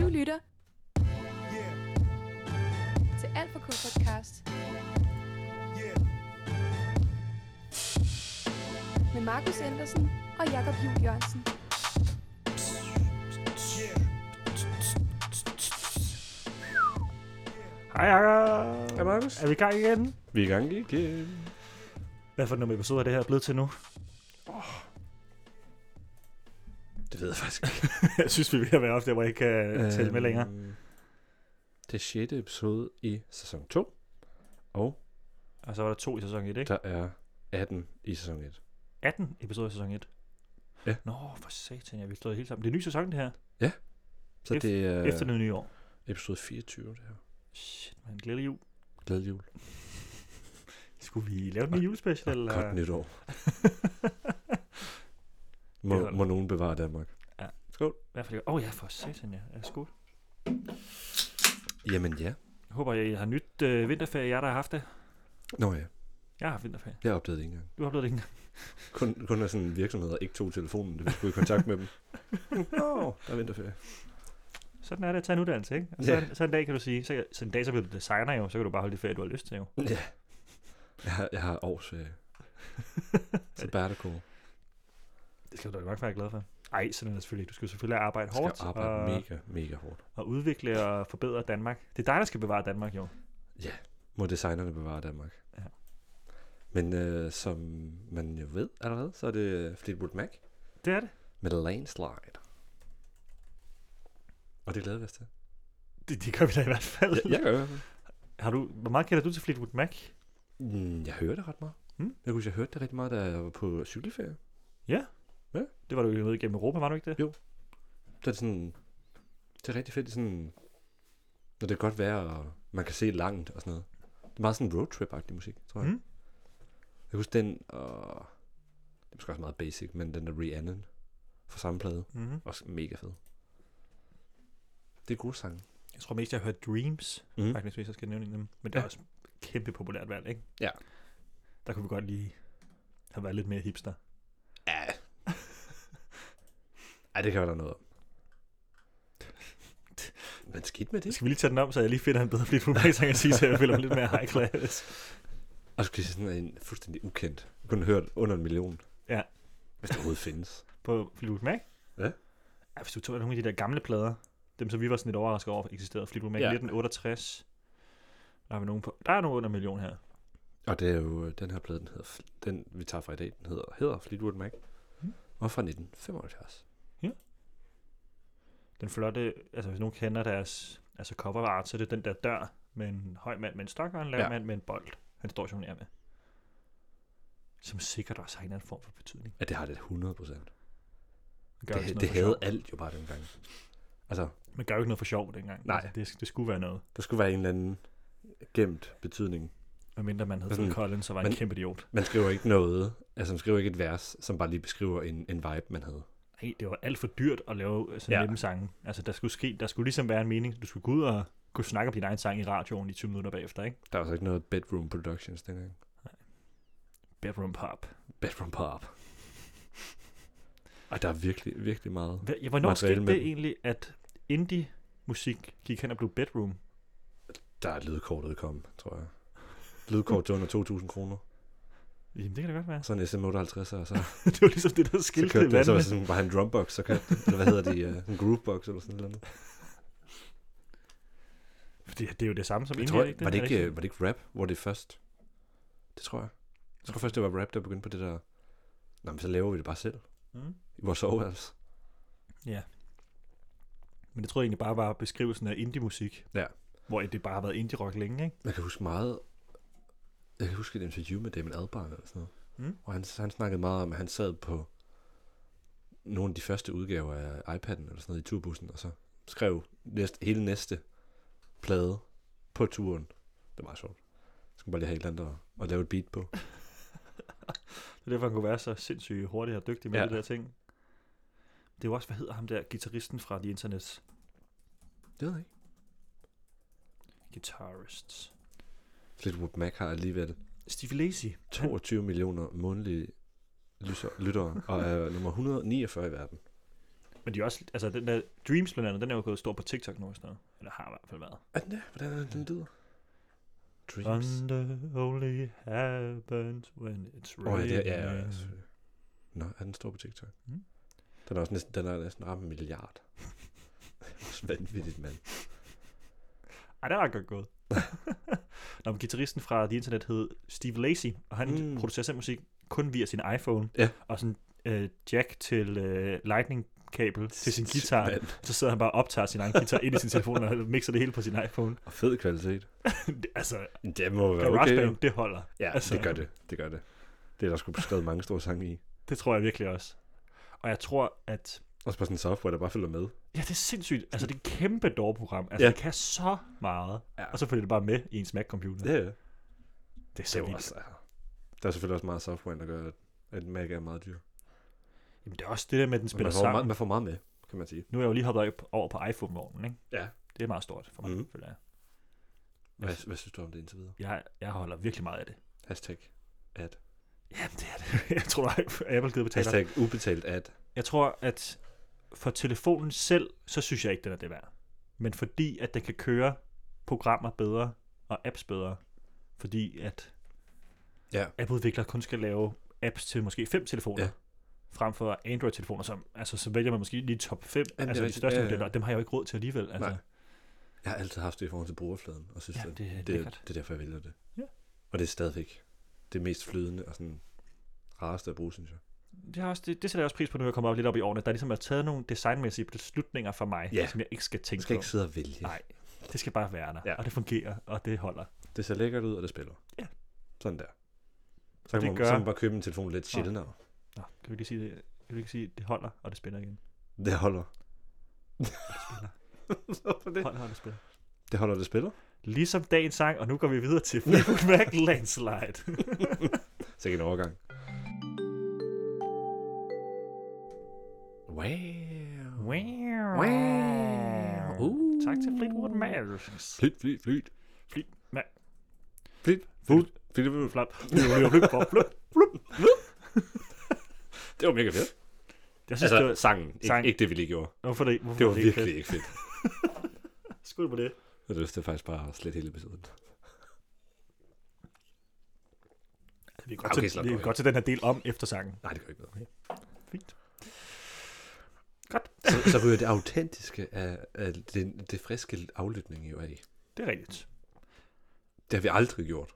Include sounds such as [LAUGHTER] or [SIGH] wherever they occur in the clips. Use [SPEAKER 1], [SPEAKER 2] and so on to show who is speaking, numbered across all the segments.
[SPEAKER 1] lytter
[SPEAKER 2] Yeah,
[SPEAKER 1] til Alt for K podcast
[SPEAKER 2] yeah.
[SPEAKER 1] med Markus Andersen og Jakob Juhl Jørgensen.
[SPEAKER 3] Hej Jakob.
[SPEAKER 4] Hej, Markus.
[SPEAKER 3] Er vi i gang igen?
[SPEAKER 4] Vi er i gang igen.
[SPEAKER 3] Hvad for nogle episoder er det her blevet til nu? [LAUGHS]
[SPEAKER 4] Det ved jeg faktisk ikke.
[SPEAKER 3] jeg synes, vi er ved at være ofte, hvor jeg ikke kan øh, tælle med
[SPEAKER 4] Øhm,
[SPEAKER 3] længere.
[SPEAKER 4] Det er 6. episode i sæson 2. Og
[SPEAKER 3] Og så var der to i sæson 1, ikke?
[SPEAKER 4] der er 18 i sæson 1.
[SPEAKER 3] 18 episoder i sæson 1.
[SPEAKER 4] Ja.
[SPEAKER 3] Nå, for satan, jeg vil slå det hele sammen. Det er en ny sæson, det her.
[SPEAKER 4] Så
[SPEAKER 3] Ef-
[SPEAKER 4] det er
[SPEAKER 3] Øh. Efter det nye år.
[SPEAKER 4] episode 24, det her.
[SPEAKER 3] Shit, man. Glædelig jul.
[SPEAKER 4] Glædelig jul.
[SPEAKER 3] Skulle vi lave den nye julespecial?
[SPEAKER 4] Og
[SPEAKER 3] eller?
[SPEAKER 4] godt [LAUGHS] nytår.
[SPEAKER 3] Det
[SPEAKER 4] Må,
[SPEAKER 3] er
[SPEAKER 4] må nogen bevare Danmark.
[SPEAKER 3] I hvert fald ikke. Åh oh, ja, for satan, ja. ja skål.
[SPEAKER 4] Jamen ja.
[SPEAKER 3] Jeg håber, I har nyt øh, vinterferie, jer der har haft det.
[SPEAKER 4] Nå ja,
[SPEAKER 3] Jeg har haft vinterferie.
[SPEAKER 4] jeg opdagede det ikke engang.
[SPEAKER 3] Du har oplevet det ikke engang.
[SPEAKER 4] Kun, kun at sådan virksomheder ikke tog telefonen, da vi skulle i kontakt med dem. [LAUGHS] Nå, der er vinterferie.
[SPEAKER 3] Sådan er det at tage en uddannelse, ikke? Og så,
[SPEAKER 4] Ja.
[SPEAKER 3] så en dag kan du sige, så, så en dag så bliver du designer jo, så kan du bare holde det ferie, du har lyst til jo.
[SPEAKER 4] Ja. Jeg har, jeg har [LAUGHS] årsferie. Sabbatical.
[SPEAKER 3] Det skal du da nok være glad for. Ej, sådan er det selvfølgelig. ikke. Du skal jo selvfølgelig arbejde
[SPEAKER 4] Jeg
[SPEAKER 3] hårdt
[SPEAKER 4] skal arbejde
[SPEAKER 3] og,
[SPEAKER 4] mega, mega hårdt.
[SPEAKER 3] og udvikle og forbedre Danmark. Det er dig, der skal bevare Danmark, jo.
[SPEAKER 4] Må designerne bevare Danmark.
[SPEAKER 3] Ja.
[SPEAKER 4] Men øh, som man jo ved allerede, så er det Fleetwood Mac
[SPEAKER 3] Det er det.
[SPEAKER 4] med Landslide. Og det glæder vi os til.
[SPEAKER 3] Det, det gør vi da i hvert fald.
[SPEAKER 4] Jeg, jeg, gør det.
[SPEAKER 3] Har du, hvor meget kender du til Fleetwood Mac?
[SPEAKER 4] Mm, jeg hører det ret meget.
[SPEAKER 3] Mm.
[SPEAKER 4] Jeg kunne jeg hørte det rigtig meget, da jeg var på cykelferie.
[SPEAKER 3] Det var du jo med gennem Europa, var du ikke det?
[SPEAKER 4] Så er det sådan... Det er rigtig fedt, det er sådan... Når det er godt vejr, og man kan se langt og sådan noget. Det er meget sådan roadtrip-agtig musik, tror jeg.
[SPEAKER 3] Mm.
[SPEAKER 4] Jeg husker den, og det er måske også meget basic, men den der Rihanna fra samme plade,
[SPEAKER 3] Mm-hmm.
[SPEAKER 4] også mega fed. Det er gode sange.
[SPEAKER 3] Jeg tror mest, jeg har hørt Dreams,
[SPEAKER 4] Mm.
[SPEAKER 3] faktisk, hvis jeg skal nævne en af dem. Men det er
[SPEAKER 4] Ja.
[SPEAKER 3] også et kæmpe populært valg, ikke?
[SPEAKER 4] Ja.
[SPEAKER 3] Der kunne vi godt lige have været lidt mere hipster.
[SPEAKER 4] Ja. Ej, det kan være der er noget om. Men skidt med det.
[SPEAKER 3] Skal vi lige tage den om, så jeg lige finder en bedre Fleetwood Mac, så jeg kan sige, så jeg føler mig lidt mere high class.
[SPEAKER 4] Og så skal det sådan være en fuldstændig ukendt. Jeg kunne hørt under en million.
[SPEAKER 3] Ja.
[SPEAKER 4] Hvis det overhovedet findes.
[SPEAKER 3] På Fleetwood Mac?
[SPEAKER 4] Ja.
[SPEAKER 3] ja hvis du tog nogle af de der gamle plader, dem som vi var sådan lidt overrasket over, eksisterede Fleetwood Mac
[SPEAKER 4] Ja.
[SPEAKER 3] ja. 1968. Der er, vi nogen på. der er nogen under en million her.
[SPEAKER 4] Og det er jo øh, den her plade, den, hedder, Fl- den vi tager fra i dag, den hedder, hedder Fleetwood Mac.
[SPEAKER 3] Mm.
[SPEAKER 4] Og fra 1975.
[SPEAKER 3] Den flotte, altså hvis nogen kender deres altså cover art, så er det den der dør med en høj mand med en stok og en lav
[SPEAKER 4] Ja.
[SPEAKER 3] ja. mand med en bold. Han står og jonglerer med. Som sikkert også har en eller anden form for betydning.
[SPEAKER 4] Ja, det har det 100 procent.
[SPEAKER 3] Man jo ikke sådan
[SPEAKER 4] Det, det
[SPEAKER 3] noget for
[SPEAKER 4] havde
[SPEAKER 3] sjov.
[SPEAKER 4] alt jo bare dengang. Altså,
[SPEAKER 3] Man gør jo ikke noget for sjov dengang.
[SPEAKER 4] Nej.
[SPEAKER 3] Altså, det, det skulle være noget.
[SPEAKER 4] der skulle være en eller anden gemt betydning.
[SPEAKER 3] Medmindre man hed
[SPEAKER 4] Sådan-
[SPEAKER 3] Phil Collins og var en
[SPEAKER 4] Men-
[SPEAKER 3] kæmpe idiot.
[SPEAKER 4] Man skriver ikke noget, altså man skriver ikke et vers, som bare lige beskriver en, en vibe, man havde.
[SPEAKER 3] Nej, det var alt for dyrt at lave øh, sådan
[SPEAKER 4] Ja.
[SPEAKER 3] ja. nemme sange. Altså, der skulle, ske, der skulle ligesom være en mening. Du skulle gå ud og kunne snakke om din egen sang i radioen i 20 minutter bagefter, ikke?
[SPEAKER 4] Der var så ikke noget bedroom productions dengang.
[SPEAKER 3] Bedroom pop.
[SPEAKER 4] Bedroom pop. Og der er virkelig, virkelig meget.
[SPEAKER 3] Hva- Ja, hvornår
[SPEAKER 4] Materiale
[SPEAKER 3] skete det
[SPEAKER 4] med dem.
[SPEAKER 3] egentlig, at indie-musik gik hen og blev bedroom?
[SPEAKER 4] Der er lydkortet kom, tror jeg. Lydkort til under 2.000 kroner.
[SPEAKER 3] Jamen, det kan det godt være.
[SPEAKER 4] Så en SM58, og så,
[SPEAKER 3] [LAUGHS] det var ligesom det, der
[SPEAKER 4] så
[SPEAKER 3] skilte
[SPEAKER 4] kørte
[SPEAKER 3] det
[SPEAKER 4] det, altså- så var
[SPEAKER 3] vandene.
[SPEAKER 4] det sådan bare en drumbox, så kørte det. Eller hvad hedder det, uh, en groovebox eller sådan noget.
[SPEAKER 3] Fordi det er jo det samme som
[SPEAKER 4] Jeg
[SPEAKER 3] indie,
[SPEAKER 4] tror,
[SPEAKER 3] er det ikke
[SPEAKER 4] var, det
[SPEAKER 3] Er
[SPEAKER 4] ikke, øh, var det ikke rap, hvor det er først? Det tror jeg. Jeg tror først, det var rap, der begyndte på det der... Nå, men så laver vi det bare selv.
[SPEAKER 3] Mm.
[SPEAKER 4] I vores soveværelse.
[SPEAKER 3] Ja. Men det tror jeg egentlig bare var beskrivelsen af indie-musik.
[SPEAKER 4] Ja.
[SPEAKER 3] Hvor det bare har været indie-rock længe, ikke?
[SPEAKER 4] Jeg kan huske meget... Jeg kan huske et interview med Damon Albarn eller sådan noget.
[SPEAKER 3] Mm.
[SPEAKER 4] Og han, han snakkede meget om, at han sad på nogle af de første udgaver af iPad'en eller sådan noget i turbussen, og så skrev næste, hele næste plade på turen. Det var meget sjovt. Jeg skulle bare lige have et eller andet at, at lave et beat på.
[SPEAKER 3] Det er derfor, han kunne være så sindssygt hurtig og dygtig med
[SPEAKER 4] Ja.
[SPEAKER 3] ja. de der ting. Det er jo også, hvad hedder ham der, gitarristen fra The Internets?
[SPEAKER 4] Det ved jeg ikke.
[SPEAKER 3] Guitarists.
[SPEAKER 4] Fleetwood Mac har alligevel
[SPEAKER 3] Steve Lacy.
[SPEAKER 4] 22 millioner månedlige lyser, lyttere, og er nummer 149 i verden.
[SPEAKER 3] Men de er også, altså den der Dreams blandt andet, den er jo gået stor på TikTok nu og sådan noget. Eller har i hvert fald været.
[SPEAKER 4] Er den det? Hvordan er det, den lyder? Dreams.
[SPEAKER 3] Thunder only happens when it's
[SPEAKER 4] Åh,
[SPEAKER 3] raining.
[SPEAKER 4] oh, ja, det er, ja, ja, ja, selvfølgelig. Nå, er den stor på TikTok?
[SPEAKER 3] Mm.
[SPEAKER 4] Mm. Den er også næsten, den er næsten ramt
[SPEAKER 3] [LAUGHS]
[SPEAKER 4] en milliard. også vanvittigt, mand.
[SPEAKER 3] Ej, det er ret godt
[SPEAKER 4] [LAUGHS]
[SPEAKER 3] gået. Nå, men guitaristen fra The Internet hed Steve Lacey, og han mm.
[SPEAKER 4] Mm.
[SPEAKER 3] producerer selv musik kun via sin iPhone.
[SPEAKER 4] Ja.
[SPEAKER 3] Og sådan øh, jack til øh, lightning-kabel til sin
[SPEAKER 4] Sindssygt,
[SPEAKER 3] guitar.
[SPEAKER 4] mand.
[SPEAKER 3] Så sidder han bare og optager sin egen guitar ind i sin telefon, og mixer det hele på sin iPhone. [LAUGHS]
[SPEAKER 4] Og fed kvalitet.
[SPEAKER 3] Det- altså,
[SPEAKER 4] Det må være okay.
[SPEAKER 3] GarageBand,
[SPEAKER 4] jo.
[SPEAKER 3] det holder.
[SPEAKER 4] Ja,
[SPEAKER 3] altså-
[SPEAKER 4] altså. det gør det. Det gør det. Det er der skulle beskrevet mange store sange i.
[SPEAKER 3] Det tror jeg virkelig også. Og jeg tror, at
[SPEAKER 4] Også på sådan en software, der bare følger med.
[SPEAKER 3] Ja, det er sindssygt. Altså, det er et kæmpe dårprogram. Altså, ja.
[SPEAKER 4] Ja.
[SPEAKER 3] det kan så meget. Ja.
[SPEAKER 4] Ja.
[SPEAKER 3] Og så følger det bare med i ens Mac-computer.
[SPEAKER 4] Ja, ja.
[SPEAKER 3] det er
[SPEAKER 4] Det
[SPEAKER 3] så
[SPEAKER 4] er jo
[SPEAKER 3] vildt.
[SPEAKER 4] også, altså. Der er selvfølgelig også meget software, der gør, at- at Mac er meget dyr.
[SPEAKER 3] Jamen, det er også det der med, at den spiller
[SPEAKER 4] Man får,
[SPEAKER 3] sammen.
[SPEAKER 4] meget, man får meget med, kan man sige.
[SPEAKER 3] Nu er jeg jo lige hoppet op over på iPhone-vognen, ikke?
[SPEAKER 4] Ja.
[SPEAKER 3] Det er meget stort for mig, mm.
[SPEAKER 4] Mhm.
[SPEAKER 3] føler jeg.
[SPEAKER 4] Hvad, hvad synes du om det indtil videre?
[SPEAKER 3] jeg. Jeg holder virkelig meget af det.
[SPEAKER 4] Hashtag ad.
[SPEAKER 3] Jamen, det [LAUGHS] er det. Jeg tror, at Apple gider betale.
[SPEAKER 4] Hashtag ubetalt ad.
[SPEAKER 3] Jeg tror, at for telefonen selv, så synes jeg ikke, den er det værd. Men fordi, at den kan køre programmer bedre og apps bedre, fordi at
[SPEAKER 4] Ja.
[SPEAKER 3] appudviklere kun skal lave apps til måske fem telefoner, ja.
[SPEAKER 4] Ja.
[SPEAKER 3] frem for Android-telefoner, som, altså, så vælger man måske lige top 5,
[SPEAKER 4] er
[SPEAKER 3] altså de
[SPEAKER 4] rigtigt.
[SPEAKER 3] største
[SPEAKER 4] Ja, ja, ja.
[SPEAKER 3] modeller, og dem har jeg jo ikke råd til alligevel. Altså,
[SPEAKER 4] Nej. Jeg har altid haft det i forhold til brugerfladen, og synes,
[SPEAKER 3] Ja,
[SPEAKER 4] at
[SPEAKER 3] det er
[SPEAKER 4] det,
[SPEAKER 3] lækkert.
[SPEAKER 4] det er derfor, jeg vælger det.
[SPEAKER 3] Ja.
[SPEAKER 4] Og det er stadigvæk det mest flydende og sådan rareste at bruge, synes jeg.
[SPEAKER 3] Det, har også, det, det sætter jeg også pris på, nu jeg kommer op lidt op i årene, der ligesom er taget nogle designmæssige beslutninger for mig,
[SPEAKER 4] Ja.
[SPEAKER 3] som jeg ikke skal
[SPEAKER 4] Man
[SPEAKER 3] tænke
[SPEAKER 4] skal
[SPEAKER 3] på.
[SPEAKER 4] ikke sidde og vælge.
[SPEAKER 3] Nej. Det skal bare være der, ja.
[SPEAKER 4] Ja.
[SPEAKER 3] og det fungerer, og det holder.
[SPEAKER 4] Det ser lækkert ud, og det spiller.
[SPEAKER 3] Ja.
[SPEAKER 4] Sådan der. Så
[SPEAKER 3] det
[SPEAKER 4] kan, man,
[SPEAKER 3] gør-
[SPEAKER 4] så kan man bare købe en telefon lidt sjældnere.
[SPEAKER 3] Nå, kan vi lige sige det? Kan vi ikke sige, at det holder, og det spiller igen?
[SPEAKER 4] Det holder.
[SPEAKER 3] spiller.
[SPEAKER 4] [LAUGHS] Hvorfor det?
[SPEAKER 3] Hold, hold, det spiller.
[SPEAKER 4] Det holder, det spiller.
[SPEAKER 3] Ligesom dagens sang, og nu går vi videre til Fleetwood Mac Landslide.
[SPEAKER 4] Sikke en overgang. [LAUGHS] Wow.
[SPEAKER 3] wow.
[SPEAKER 4] Wow. Uh.
[SPEAKER 3] Tak til Fleetwood Mac.
[SPEAKER 4] Flyt, flyt, flyt.
[SPEAKER 3] Fleet Mac.
[SPEAKER 4] Flyt, flyt, flyt, flyt, flyt. [LAUGHS]
[SPEAKER 3] Flap. Flyt, flyt, flap, flyt.
[SPEAKER 4] Det var mega fedt.
[SPEAKER 3] Jeg synes, altså,
[SPEAKER 4] Altså,
[SPEAKER 3] det var...
[SPEAKER 4] sangen. Ikke,
[SPEAKER 3] sang.
[SPEAKER 4] ikke det, vi lige gjorde.
[SPEAKER 3] Hvorfor det, hvorfor
[SPEAKER 4] Det var
[SPEAKER 3] ikke fedt?
[SPEAKER 4] virkelig ikke fedt.
[SPEAKER 3] Skud på det.
[SPEAKER 4] Jeg har lyst til faktisk bare at slette hele episoden.
[SPEAKER 3] Vi er
[SPEAKER 4] Ah,
[SPEAKER 3] godt,
[SPEAKER 4] okay,
[SPEAKER 3] til,
[SPEAKER 4] slap
[SPEAKER 3] vi er
[SPEAKER 4] dog.
[SPEAKER 3] godt til den her del om efter sangen.
[SPEAKER 4] Nej, det gør ikke noget.
[SPEAKER 3] Fint.
[SPEAKER 4] Så, så ryger det autentiske af, af det, det friske aflytning jo af.
[SPEAKER 3] Det er rigtigt.
[SPEAKER 4] Det har vi
[SPEAKER 3] [LAUGHS]
[SPEAKER 4] aldrig gjort.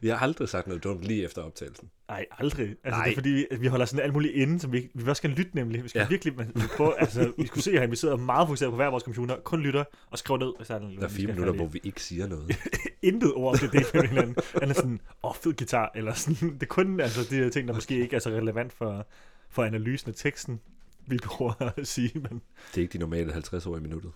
[SPEAKER 4] vi har aldrig sagt noget dumt lige efter optagelsen.
[SPEAKER 3] Nej, aldrig. Altså, Nej.
[SPEAKER 4] Nej.
[SPEAKER 3] det er fordi, at vi holder sådan alt muligt inde, som vi, ikke- vi også skal lytte nemlig. Vi skal ja.
[SPEAKER 4] Ja.
[SPEAKER 3] virkelig man, på, altså, vi skulle se herinde, vi sidder meget fokuseret på hver vores computer, kun lytter og skriver ned. Hvis der er,
[SPEAKER 4] Der er fire minutter, hvor vi ikke siger noget.
[SPEAKER 3] Intet ord om det, det er hinanden. Eller sådan, åh, oh, fed guitar, eller sådan. Det er kun altså, de her ting, der måske ikke er så relevant for, for analysen af teksten, vi prøver at sige, men
[SPEAKER 4] Det er ikke de normale 50 år i minuttet.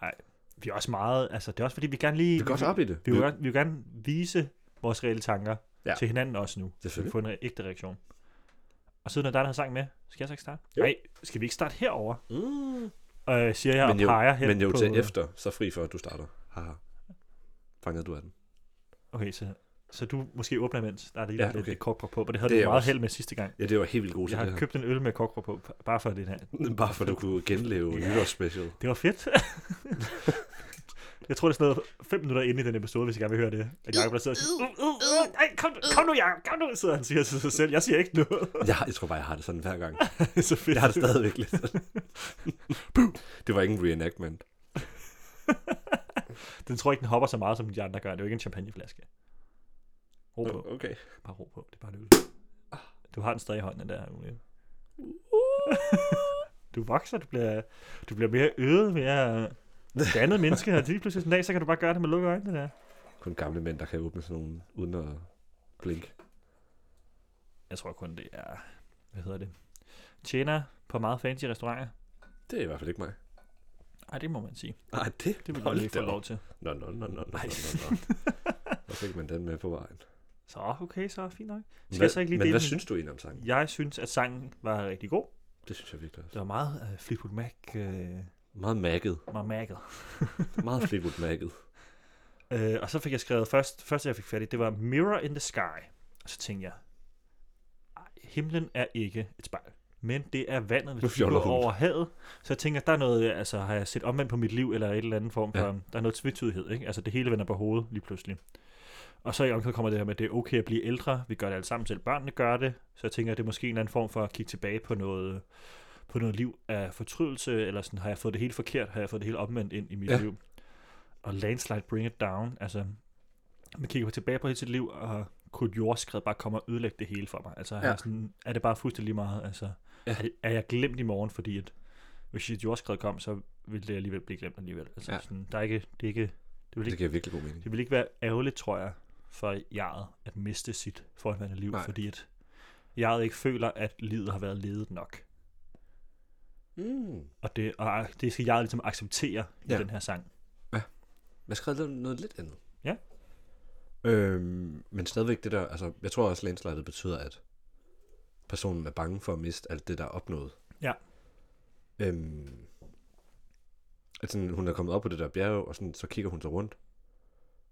[SPEAKER 3] nej, vi er også meget, altså det er også fordi, vi gerne lige,
[SPEAKER 4] Vi går også op i det.
[SPEAKER 3] vi, vil, gerne, vi vil gerne vise vores reelle tanker ja.
[SPEAKER 4] Ja.
[SPEAKER 3] til hinanden også nu. Så vi
[SPEAKER 4] Selvfølgelig.
[SPEAKER 3] får en re- ægte reaktion. Og siden der er dig, der har sang med, skal jeg så ikke starte?
[SPEAKER 4] Jo.
[SPEAKER 3] Nej, skal vi ikke starte herover?
[SPEAKER 4] Mm.
[SPEAKER 3] Øh, siger jeg
[SPEAKER 4] Men
[SPEAKER 3] og
[SPEAKER 4] jo,
[SPEAKER 3] peger hen
[SPEAKER 4] men jo
[SPEAKER 3] på...
[SPEAKER 4] til efter, så fri for, at du starter. Haha. Fangede du af den?
[SPEAKER 3] Okay, så, så du måske åbner imens. Der er lige
[SPEAKER 4] Ja,
[SPEAKER 3] ja, okay.
[SPEAKER 4] okay.
[SPEAKER 3] lidt korkbrød på, men det havde
[SPEAKER 4] Det
[SPEAKER 3] det
[SPEAKER 4] er
[SPEAKER 3] du meget
[SPEAKER 4] også-
[SPEAKER 3] held med sidste gang.
[SPEAKER 4] Ja, det var helt vildt god til
[SPEAKER 3] Jeg
[SPEAKER 4] det
[SPEAKER 3] har
[SPEAKER 4] her.
[SPEAKER 3] købt en øl med korkbrød på, bare for det her.
[SPEAKER 4] Bare for, at du kunne genleve
[SPEAKER 3] Ja.
[SPEAKER 4] nytårsspecial.
[SPEAKER 3] Det var fedt. [LAUGHS] jeg tror, det er sådan noget fem minutter inde i den episode, hvis jeg gerne vil høre det. At Jacob der sidder og siger, uh, uh, uh, nej, kom, kom nu, Jacob, kom nu, sidder han og siger til sig selv. Jeg siger ikke noget. [LAUGHS]
[SPEAKER 4] Jeg, har- jeg tror bare, jeg har det sådan [LAUGHS] hver gang.
[SPEAKER 3] det er så fedt.
[SPEAKER 4] Jeg har det stadigvæk [LAUGHS] lidt sådan. det var ikke en reenactment.
[SPEAKER 3] Den tror jeg ikke, den hopper så meget, som de andre gør. Det er jo ikke en champagneflaske. Ro på.
[SPEAKER 4] Okay.
[SPEAKER 3] Bare ro på. Det er bare en øl. Du har den stadig i hånden, den der. Julie. [LAUGHS] Du vokser, du bliver, du bliver mere øget, mere dannet menneske. Og lige pludselig sådan en dag, så kan du bare gøre det med lukkede øjnene der.
[SPEAKER 4] Kun gamle mænd, der kan åbne sådan nogle uden at blinke.
[SPEAKER 3] Jeg tror kun, det er... Hvad hedder det? Tjener på meget fancy restauranter.
[SPEAKER 4] Det er i hvert fald ikke mig.
[SPEAKER 3] Ej, det må man sige.
[SPEAKER 4] Nej, det,
[SPEAKER 3] Det vil jeg ikke få lov til.
[SPEAKER 4] Nå, nå, nå, nå, nå, nå,
[SPEAKER 3] Ej.
[SPEAKER 4] nå. Og så fik man den med på vejen.
[SPEAKER 3] Så okay, så fint nok. Skal
[SPEAKER 4] Hvad-
[SPEAKER 3] jeg så ikke lige
[SPEAKER 4] men
[SPEAKER 3] dele
[SPEAKER 4] hvad
[SPEAKER 3] den?
[SPEAKER 4] synes du egentlig om sangen?
[SPEAKER 3] Jeg synes, at sangen var rigtig god.
[SPEAKER 4] Det synes jeg virkelig også.
[SPEAKER 3] Det var meget uh, Fleetwood Mac, uh,
[SPEAKER 4] Meget mærket.
[SPEAKER 3] meget mærket.
[SPEAKER 4] Meget Fleetwood
[SPEAKER 3] [LAUGHS]
[SPEAKER 4] mærket.
[SPEAKER 3] Øh, og så fik jeg skrevet først, første jeg fik fat i, det var Mirror in the Sky. Og så tænkte jeg, "Ej, himlen er ikke et spejl. men det er vandet,
[SPEAKER 4] Nu
[SPEAKER 3] hvis du
[SPEAKER 4] fjoller
[SPEAKER 3] går
[SPEAKER 4] hun.
[SPEAKER 3] over havet. Så jeg tænker, der er noget, altså har jeg set omvendt på mit liv, eller et eller andet form for,
[SPEAKER 4] Ja.
[SPEAKER 3] ja. der er noget tvetydighed, ikke? Altså det hele vender på hovedet lige pludselig. Og så i omkring kommer det her med, at det er okay at blive ældre, vi gør det alle sammen selv, børnene gør det, så jeg tænker, at det er måske en eller anden form for at kigge tilbage på noget, på noget liv af fortrydelse, eller sådan, har jeg fået det helt forkert, har jeg fået det helt omvendt ind i mit
[SPEAKER 4] Ja.
[SPEAKER 3] ja. liv. Og landslide bring it down, altså man kigger tilbage på hele sit liv, og kunne et jordskred bare komme og ødelægge det hele for mig? Altså, ja. er,
[SPEAKER 4] Ja.
[SPEAKER 3] jeg sådan, er det bare fuldstændig lige meget? Altså,
[SPEAKER 4] Ja.
[SPEAKER 3] ja. er, det, er jeg glemt i morgen, fordi at, hvis et jordskred kom, så ville det alligevel blive glemt alligevel. Altså,
[SPEAKER 4] Ja.
[SPEAKER 3] ja. sådan, der er ikke, det er ikke, det vil
[SPEAKER 4] Det
[SPEAKER 3] ikke,
[SPEAKER 4] giver virkelig god mening.
[SPEAKER 3] det vil ikke være ærgerligt, tror jeg, for jaret at miste sit forhåndværende liv,
[SPEAKER 4] Nej.
[SPEAKER 3] Nej. fordi at jaret ikke føler, at livet har været levet nok.
[SPEAKER 4] Mm.
[SPEAKER 3] Og det, og det skal jeg ligesom acceptere ja.
[SPEAKER 4] Ja.
[SPEAKER 3] i den her sang.
[SPEAKER 4] Jeg skrev noget, noget lidt andet.
[SPEAKER 3] Ja.
[SPEAKER 4] Øhm, men stadigvæk det der, altså jeg tror også landslidet betyder, at personen er bange for at miste alt det, der er opnået.
[SPEAKER 3] Ja.
[SPEAKER 4] Øhm, at sådan, hun er kommet op på det der bjerg, og sådan, så kigger hun sig rundt,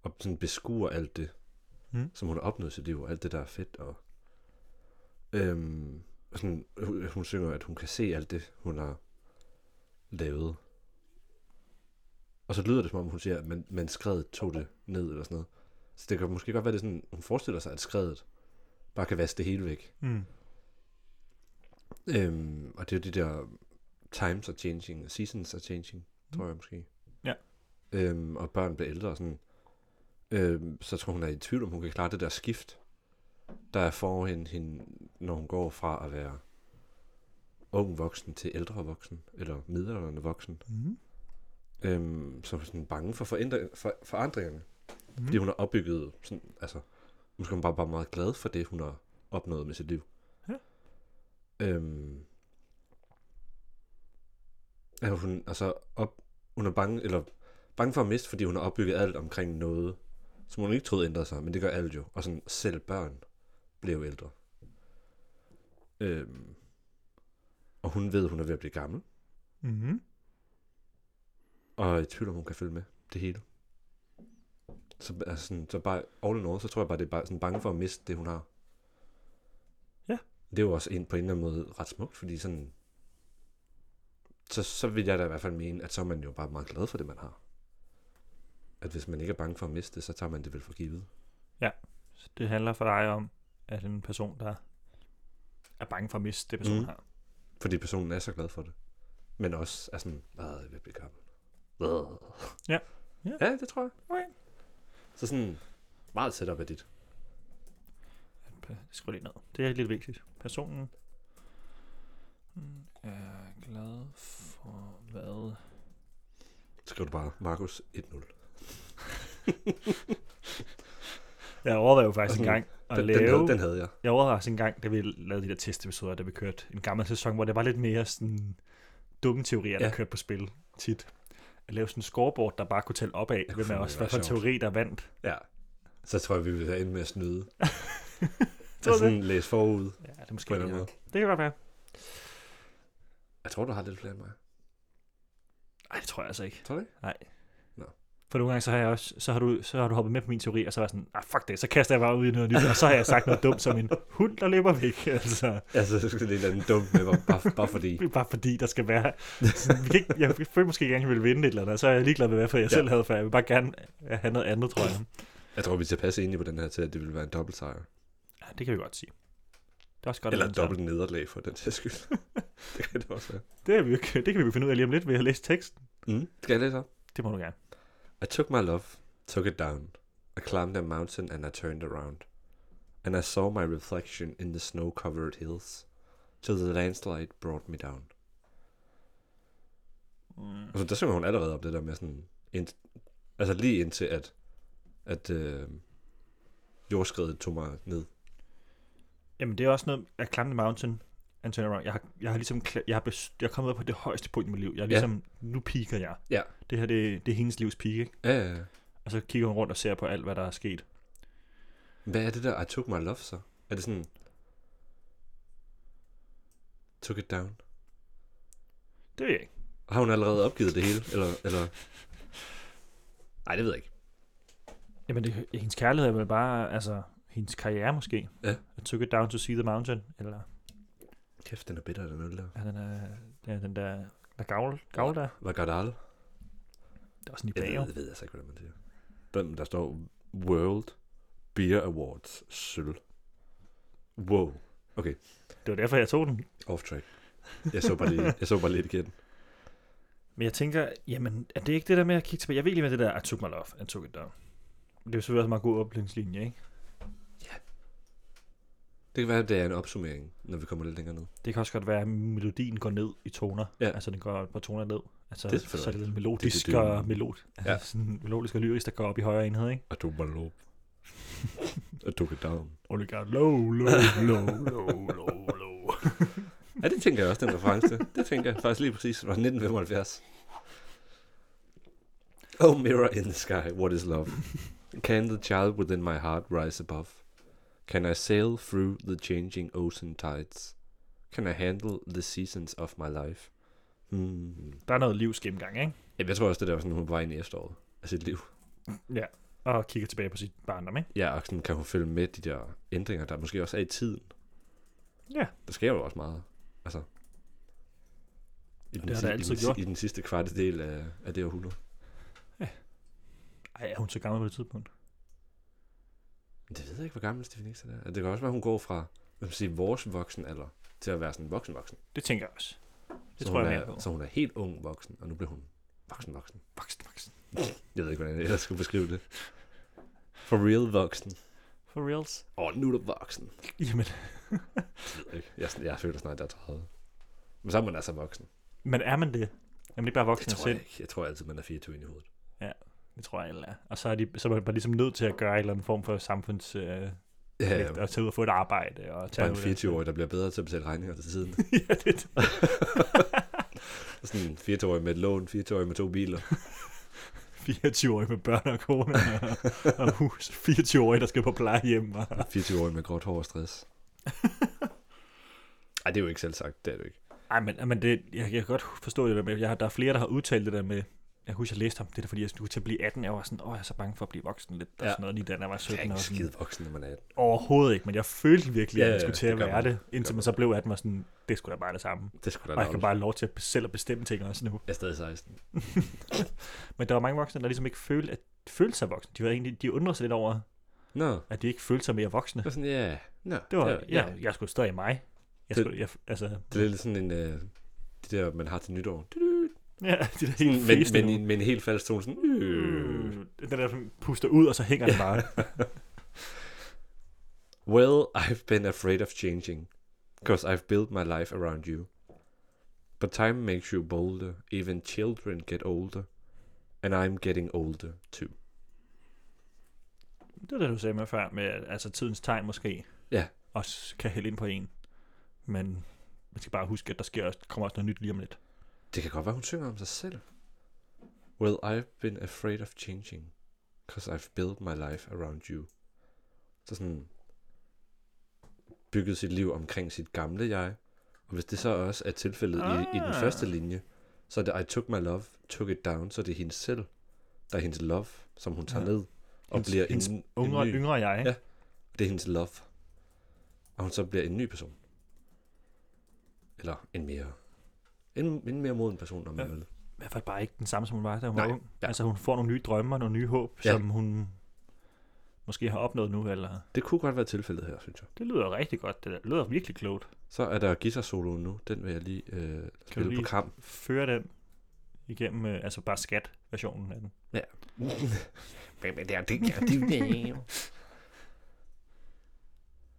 [SPEAKER 4] og sådan beskuer alt det,
[SPEAKER 3] Mm.
[SPEAKER 4] som hun har opnået i sit liv, og alt det, der er fedt. Og, øhm, og sådan, hun, hun synger, at hun kan se alt det, hun har lavet. Og så lyder det som om, hun siger, at man, man skredet tog det ned eller sådan noget. Så det kan måske godt være, det er sådan, hun forestiller sig, at skredet bare kan vaske det hele væk.
[SPEAKER 3] Mm.
[SPEAKER 4] Øhm, og det er jo det der, times are changing, seasons are changing, mm. tror jeg måske.
[SPEAKER 3] Ja.
[SPEAKER 4] Øhm, og børn bliver ældre og sådan. Øhm, så tror hun er i tvivl, om hun kan klare det der skift, der er for hende, hende når hun går fra at være ung voksen til ældre voksen, eller midaldrende voksen
[SPEAKER 3] Mm.
[SPEAKER 4] øhm, som er sådan bange for, forandring, for forandringerne. Mm.
[SPEAKER 3] Mhm.
[SPEAKER 4] Fordi hun har opbygget, sådan, altså, måske er hun bare, bare meget glad for det, hun har opnået med sit liv.
[SPEAKER 3] Ja.
[SPEAKER 4] Øhm, at hun, altså, op, hun er bange, eller bange for at miste, fordi hun har opbygget alt omkring noget, som hun ikke troede ændrede sig, men det gør alt jo. Og sådan, selv børn blev ældre. Øhm, og hun ved, hun er ved at blive gammel,
[SPEAKER 3] Mm.
[SPEAKER 4] og er i tvivl om, hun kan følge med det hele. Så, altså, sådan, så bare all in all, så tror jeg bare, det er bare sådan bange for at miste det, hun har.
[SPEAKER 3] Ja.
[SPEAKER 4] Det er jo også en, på en eller anden måde ret smukt, fordi sådan... Så, så vil jeg da i hvert fald mene, at så er man jo bare meget glad for det, man har. At hvis man ikke er bange for at miste det, så tager man det vel for givet.
[SPEAKER 3] Så det handler for dig om, at en person, der er bange for at miste det, personen
[SPEAKER 4] Mhm.
[SPEAKER 3] mm. har.
[SPEAKER 4] Fordi personen er så glad for det. Men også er sådan, hvad er jeg blive gammel? Hvad?
[SPEAKER 3] Ja.
[SPEAKER 4] ja.
[SPEAKER 3] Ja.
[SPEAKER 4] Ja, det tror jeg.
[SPEAKER 3] Okay.
[SPEAKER 4] Så sådan meget setup af dit.
[SPEAKER 3] Det skriver lige ned. Det er lidt vigtigt. Personen Mm, er glad for hvad?
[SPEAKER 4] Skriv du bare Markus 1-0.
[SPEAKER 3] Jeg overvejede jo faktisk
[SPEAKER 4] Og sådan,
[SPEAKER 3] engang at
[SPEAKER 4] Altså,
[SPEAKER 3] lave...
[SPEAKER 4] den, Den havde, den havde jeg.
[SPEAKER 3] Jeg overvejede også engang, da vi lavede de der testepisoder, da vi kørte en gammel sæson, hvor det var lidt mere sådan dumme teorier, der
[SPEAKER 4] Ja.
[SPEAKER 3] ja. kørte på spil tit. At lave sådan en scoreboard, der bare kunne tælle op af,
[SPEAKER 4] kunne
[SPEAKER 3] hvem er
[SPEAKER 4] fandme
[SPEAKER 3] også,
[SPEAKER 4] være
[SPEAKER 3] hvad for en
[SPEAKER 4] sjovt.
[SPEAKER 3] teori, der vandt. [LAUGHS]
[SPEAKER 4] Ja. Så tror jeg, vi vil have ende med at snyde.
[SPEAKER 3] Tror
[SPEAKER 4] altså
[SPEAKER 3] du det?
[SPEAKER 4] sådan læse forud.
[SPEAKER 3] Ja, det er måske
[SPEAKER 4] På en eller
[SPEAKER 3] lige
[SPEAKER 4] anden
[SPEAKER 3] nok.
[SPEAKER 4] måde.
[SPEAKER 3] Det kan godt være.
[SPEAKER 4] Jeg tror, du har lidt flere end mig.
[SPEAKER 3] Nej, det tror jeg altså ikke.
[SPEAKER 4] Tror du ikke?
[SPEAKER 3] Nej.
[SPEAKER 4] Nå.
[SPEAKER 3] For nogle gange, så har, jeg også, så, har du, så har du hoppet med på min teori, og så var jeg sådan, ah, fuck det, så kaster jeg bare ud i noget nyt, og så har jeg sagt noget dumt som en hund, der løber væk. [LAUGHS] Altså,
[SPEAKER 4] Altså, så skal det lidt andet dumt med, bare, bare, bare fordi.
[SPEAKER 3] det er [LAUGHS] bare fordi, der skal være... Sådan, vi kan ikke, jeg føler måske gerne, at jeg vil vinde et eller andet, og så er jeg ligeglad med, hvad for jeg
[SPEAKER 4] Ja.
[SPEAKER 3] ja. selv havde, for jeg vil bare gerne have noget andet, tror jeg.
[SPEAKER 4] Jeg tror, vi er tilpas enige på den her til, at det ville være en dobbelt sejr.
[SPEAKER 3] Ja, det kan vi godt sige. Det er også godt,
[SPEAKER 4] Eller
[SPEAKER 3] at
[SPEAKER 4] en
[SPEAKER 3] man tager-
[SPEAKER 4] dobbelt nederlag for den sags skyld. det kan det også være.
[SPEAKER 3] Det, er vi, jo ikke- det kan vi finde ud af lige om lidt ved at læse teksten.
[SPEAKER 4] Mm. Skal jeg læse op?
[SPEAKER 3] Det må du gerne.
[SPEAKER 4] I took my love, took it down. I climbed a mountain and I turned around. And I saw my reflection in the snow covered hills. Till the landslide brought me down.
[SPEAKER 3] Mm.
[SPEAKER 4] Altså, der synger hun allerede om det der med sådan... Ind, altså lige indtil, at, at øh, jordskredet tog mig ned.
[SPEAKER 3] Jamen, det er også noget at Climb the Mountain, and turn around. Jeg har, jeg har ligesom, kla- jeg har, bes- jeg er kommet op på det højeste punkt i mit liv. Jeg er
[SPEAKER 4] Ja.
[SPEAKER 3] ligesom, ja. nu piker jeg.
[SPEAKER 4] Ja.
[SPEAKER 3] Det her, det, det er hendes livs pike, ikke?
[SPEAKER 4] Ja, ja, ja.
[SPEAKER 3] Og så kigger hun rundt og ser på alt, hvad der er sket.
[SPEAKER 4] Hvad er det der, I took my love så? Er det sådan... Took it down?
[SPEAKER 3] Det ved jeg ikke.
[SPEAKER 4] Har hun allerede opgivet det hele? Eller... eller... Nej, det ved jeg ikke.
[SPEAKER 3] Jamen, det, hendes kærlighed er vel bare, altså, hendes karriere måske.
[SPEAKER 4] Ja.
[SPEAKER 3] I took it down to see the mountain, eller...
[SPEAKER 4] Kæft, den er bitter, den øl der.
[SPEAKER 3] Ja, den er, den, er den der, der gavl, gavl der.
[SPEAKER 4] Hvad gør det aldrig?
[SPEAKER 3] Der er sådan i
[SPEAKER 4] Jeg ved,
[SPEAKER 3] bag,
[SPEAKER 4] jeg ved altså ikke, hvordan man siger. Den, der står World Beer Awards sølv. Wow.
[SPEAKER 3] Det var derfor, jeg tog den.
[SPEAKER 4] Off track. Jeg så bare lige, jeg så bare lidt igen.
[SPEAKER 3] Men jeg tænker, jamen, er det ikke det der med at kigge tilbage? Jeg ved lige med det der, I took my love and took it down. Det er jo selvfølgelig også en meget god åbningslinje, ikke?
[SPEAKER 4] Det kan være, at det er en opsummering, når vi kommer lidt længere ned.
[SPEAKER 3] Det kan også godt være, at melodien går ned i toner.
[SPEAKER 4] Ja.
[SPEAKER 3] Altså, den går et par toner ned. Altså,
[SPEAKER 4] Det er
[SPEAKER 3] det
[SPEAKER 4] selvfølgelig
[SPEAKER 3] så er det lidt
[SPEAKER 4] Det-
[SPEAKER 3] melodisk
[SPEAKER 4] det- det er jo-
[SPEAKER 3] og melod. Altså,
[SPEAKER 4] Ja.
[SPEAKER 3] ja. sådan melodisk og lyrisk, der går op i højere enhed, ikke?
[SPEAKER 4] Og du var lov. Og du kan down.
[SPEAKER 3] Only got low, low, low, low, low, low.
[SPEAKER 4] Ja, det tænker jeg også, den reference til. Det tænker jeg faktisk lige præcis. Det var 1975. Oh, mirror in the sky, what is love? Can the child within my heart rise above? Can I sail through the changing ocean tides? Can I handle the seasons of my life? Hmm.
[SPEAKER 3] [LAUGHS] Der er noget livsgennemgang, ikke?
[SPEAKER 4] Jamen, jeg tror også, det der var sådan, hun var inde i efteråret af sit liv.
[SPEAKER 3] Ja. Og kigger tilbage på sit barndom, ikke?
[SPEAKER 4] Ja, og sådan kan hun følge med de der ændringer, der måske også er i tiden.
[SPEAKER 3] Ja.
[SPEAKER 4] Der sker jo også meget. Altså, i
[SPEAKER 3] det har
[SPEAKER 4] si-
[SPEAKER 3] der altid
[SPEAKER 4] i den, si-
[SPEAKER 3] gjort.
[SPEAKER 4] I den sidste kvarte del af, af det århundrede.
[SPEAKER 3] Ej, er hun så gammel på det tidspunkt?
[SPEAKER 4] Det ved jeg ikke, hvor gammel Stephen Nix er der. Det kan også være, hun går fra hvad skal man sige, vores voksen alder til at være sådan voksen voksen.
[SPEAKER 3] Det tænker jeg også. Det
[SPEAKER 4] så
[SPEAKER 3] tror
[SPEAKER 4] hun
[SPEAKER 3] jeg
[SPEAKER 4] er,
[SPEAKER 3] mere på.
[SPEAKER 4] Så hun er helt ung voksen, og nu bliver hun voksen voksen.
[SPEAKER 3] Voksen, voksen.
[SPEAKER 4] Jeg ved ikke, hvordan jeg ellers skulle beskrive det. For real voksen.
[SPEAKER 3] For reals?
[SPEAKER 4] Åh, oh, nu er du voksen.
[SPEAKER 3] Jamen, [LAUGHS]
[SPEAKER 4] Det ved jeg, ikke. jeg, er sådan- jeg føler snart, at jeg er 30. Men så er man altså voksen.
[SPEAKER 3] men er man det? Er man ikke bare
[SPEAKER 4] Det
[SPEAKER 3] voksen af
[SPEAKER 4] tror jeg
[SPEAKER 3] sind?
[SPEAKER 4] ikke. Jeg tror altid, man er 24 inde i hovedet.
[SPEAKER 3] Det tror jeg, alle er. Og så er, de, så er man bare ligesom nødt til at gøre en eller anden form for samfunds... Øh,
[SPEAKER 4] Ja,
[SPEAKER 3] ja,
[SPEAKER 4] ja.
[SPEAKER 3] ja. Og tage ud og få et arbejde. Og tage
[SPEAKER 4] Bare en
[SPEAKER 3] ud-
[SPEAKER 4] 24-årig, der bliver bedre til at betale regninger til tiden.
[SPEAKER 3] [LAUGHS] ja, det, er
[SPEAKER 4] Sådan en 24-årig med et lån, 24-årig med to
[SPEAKER 3] [LAUGHS]
[SPEAKER 4] biler.
[SPEAKER 3] 24-årig med børn og kone og, og
[SPEAKER 4] [LAUGHS]
[SPEAKER 3] hus. 24-årig, der skal på plejehjem. Og...
[SPEAKER 4] 24-årig med gråt hår
[SPEAKER 3] [LAUGHS]
[SPEAKER 4] og stress. Ej, det er jo ikke selv sagt, det er det jo ikke.
[SPEAKER 3] Ej, men, men det, jeg, jeg kan godt forstå det der med, jeg, har- der er flere, der har udtalt det der med, jeg husker, jeg læste ham, det der, fordi jeg skulle til at blive 18, jeg var sådan, åh, jeg er så bange for at blive voksen lidt, og
[SPEAKER 4] Ja.
[SPEAKER 3] sådan noget, lige da jeg var
[SPEAKER 4] Jeg er
[SPEAKER 3] 17 og
[SPEAKER 4] ikke
[SPEAKER 3] sådan,
[SPEAKER 4] skide voksen, når man er 18.
[SPEAKER 3] overhovedet ikke, men jeg følte virkelig,
[SPEAKER 4] Ja,
[SPEAKER 3] at
[SPEAKER 4] ja,
[SPEAKER 3] jeg skulle til
[SPEAKER 4] det
[SPEAKER 3] at
[SPEAKER 4] gør
[SPEAKER 3] være
[SPEAKER 4] man.
[SPEAKER 3] det,
[SPEAKER 4] gør
[SPEAKER 3] indtil man så blev 18, var sådan, det skulle da bare det samme.
[SPEAKER 4] Det skulle da
[SPEAKER 3] Og jeg kan
[SPEAKER 4] navnet.
[SPEAKER 3] bare have lov til at selv at bestemme ting også nu.
[SPEAKER 4] Jeg er stadig 16.
[SPEAKER 3] Men der var mange voksne, der ligesom ikke følte, at, følte sig voksne. De, var egentlig, de undrede sig lidt over,
[SPEAKER 4] Nå,
[SPEAKER 3] at de ikke følte sig mere voksne.
[SPEAKER 4] det var sådan, ja. Nå,
[SPEAKER 3] Det var,
[SPEAKER 4] ja,
[SPEAKER 3] ja,
[SPEAKER 4] ja.
[SPEAKER 3] jeg, jeg skulle stadig mig. Jeg
[SPEAKER 4] Det-
[SPEAKER 3] skulle, jeg, altså,
[SPEAKER 4] Det er lidt sådan en, øh, det der, man har til nytår.
[SPEAKER 3] [LAUGHS] ja, det der
[SPEAKER 4] Sådan,
[SPEAKER 3] helt
[SPEAKER 4] men,
[SPEAKER 3] fæste
[SPEAKER 4] men, i,
[SPEAKER 3] nu.
[SPEAKER 4] men i en helt falsk tone, sådan, øh.
[SPEAKER 3] Øh, Den der sådan puster ud, og så hænger den bare.
[SPEAKER 4] Well, [LAUGHS] I've been afraid of changing, because I've built my life around you. But time makes you bolder, even children get older, and I'm getting older too.
[SPEAKER 3] Det var det, du sagde med før, med at, altså tidens tegn måske.
[SPEAKER 4] Ja.
[SPEAKER 3] Også kan hælde ind på en. Men man skal bare huske, at der sker, også- kommer også noget nyt lige om lidt.
[SPEAKER 4] Det kan godt være, hun synger om sig selv. Well, I've been afraid of changing, because I've built my life around you. Så sådan bygget sit liv omkring sit gamle jeg. Og hvis det så også er tilfældet ah. i, i den
[SPEAKER 3] Ah.
[SPEAKER 4] første linje, så er det I took my love, took it down, så det er hendes selv, der er hendes love, som hun tager
[SPEAKER 3] Ja.
[SPEAKER 4] ja. ned og
[SPEAKER 3] Hendes-
[SPEAKER 4] bliver
[SPEAKER 3] hendes
[SPEAKER 4] en,
[SPEAKER 3] Yngre,
[SPEAKER 4] en ny,
[SPEAKER 3] yngre jeg.
[SPEAKER 4] Ja. det er hendes love. Og hun så bliver en ny person. Eller en mere, en, en mere moden person, om man
[SPEAKER 3] Ja.
[SPEAKER 4] vil.
[SPEAKER 3] I hvert fald bare ikke den samme, som hun var, da hun
[SPEAKER 4] Nej,
[SPEAKER 3] var ung.
[SPEAKER 4] ja.
[SPEAKER 3] Ja. Altså hun får nogle nye drømme og nogle nye håb,
[SPEAKER 4] Ja.
[SPEAKER 3] ja. som hun måske har opnået nu. Eller...
[SPEAKER 4] Det kunne godt være tilfældet her, synes jeg.
[SPEAKER 3] Det lyder rigtig godt. Det, der. det lyder virkelig klogt.
[SPEAKER 4] Så er der guitar-soloen nu. Den vil jeg lige øh, spille lige?
[SPEAKER 3] lige-
[SPEAKER 4] på kram.
[SPEAKER 3] Føre den igennem, øh, altså bare skat-versionen af den.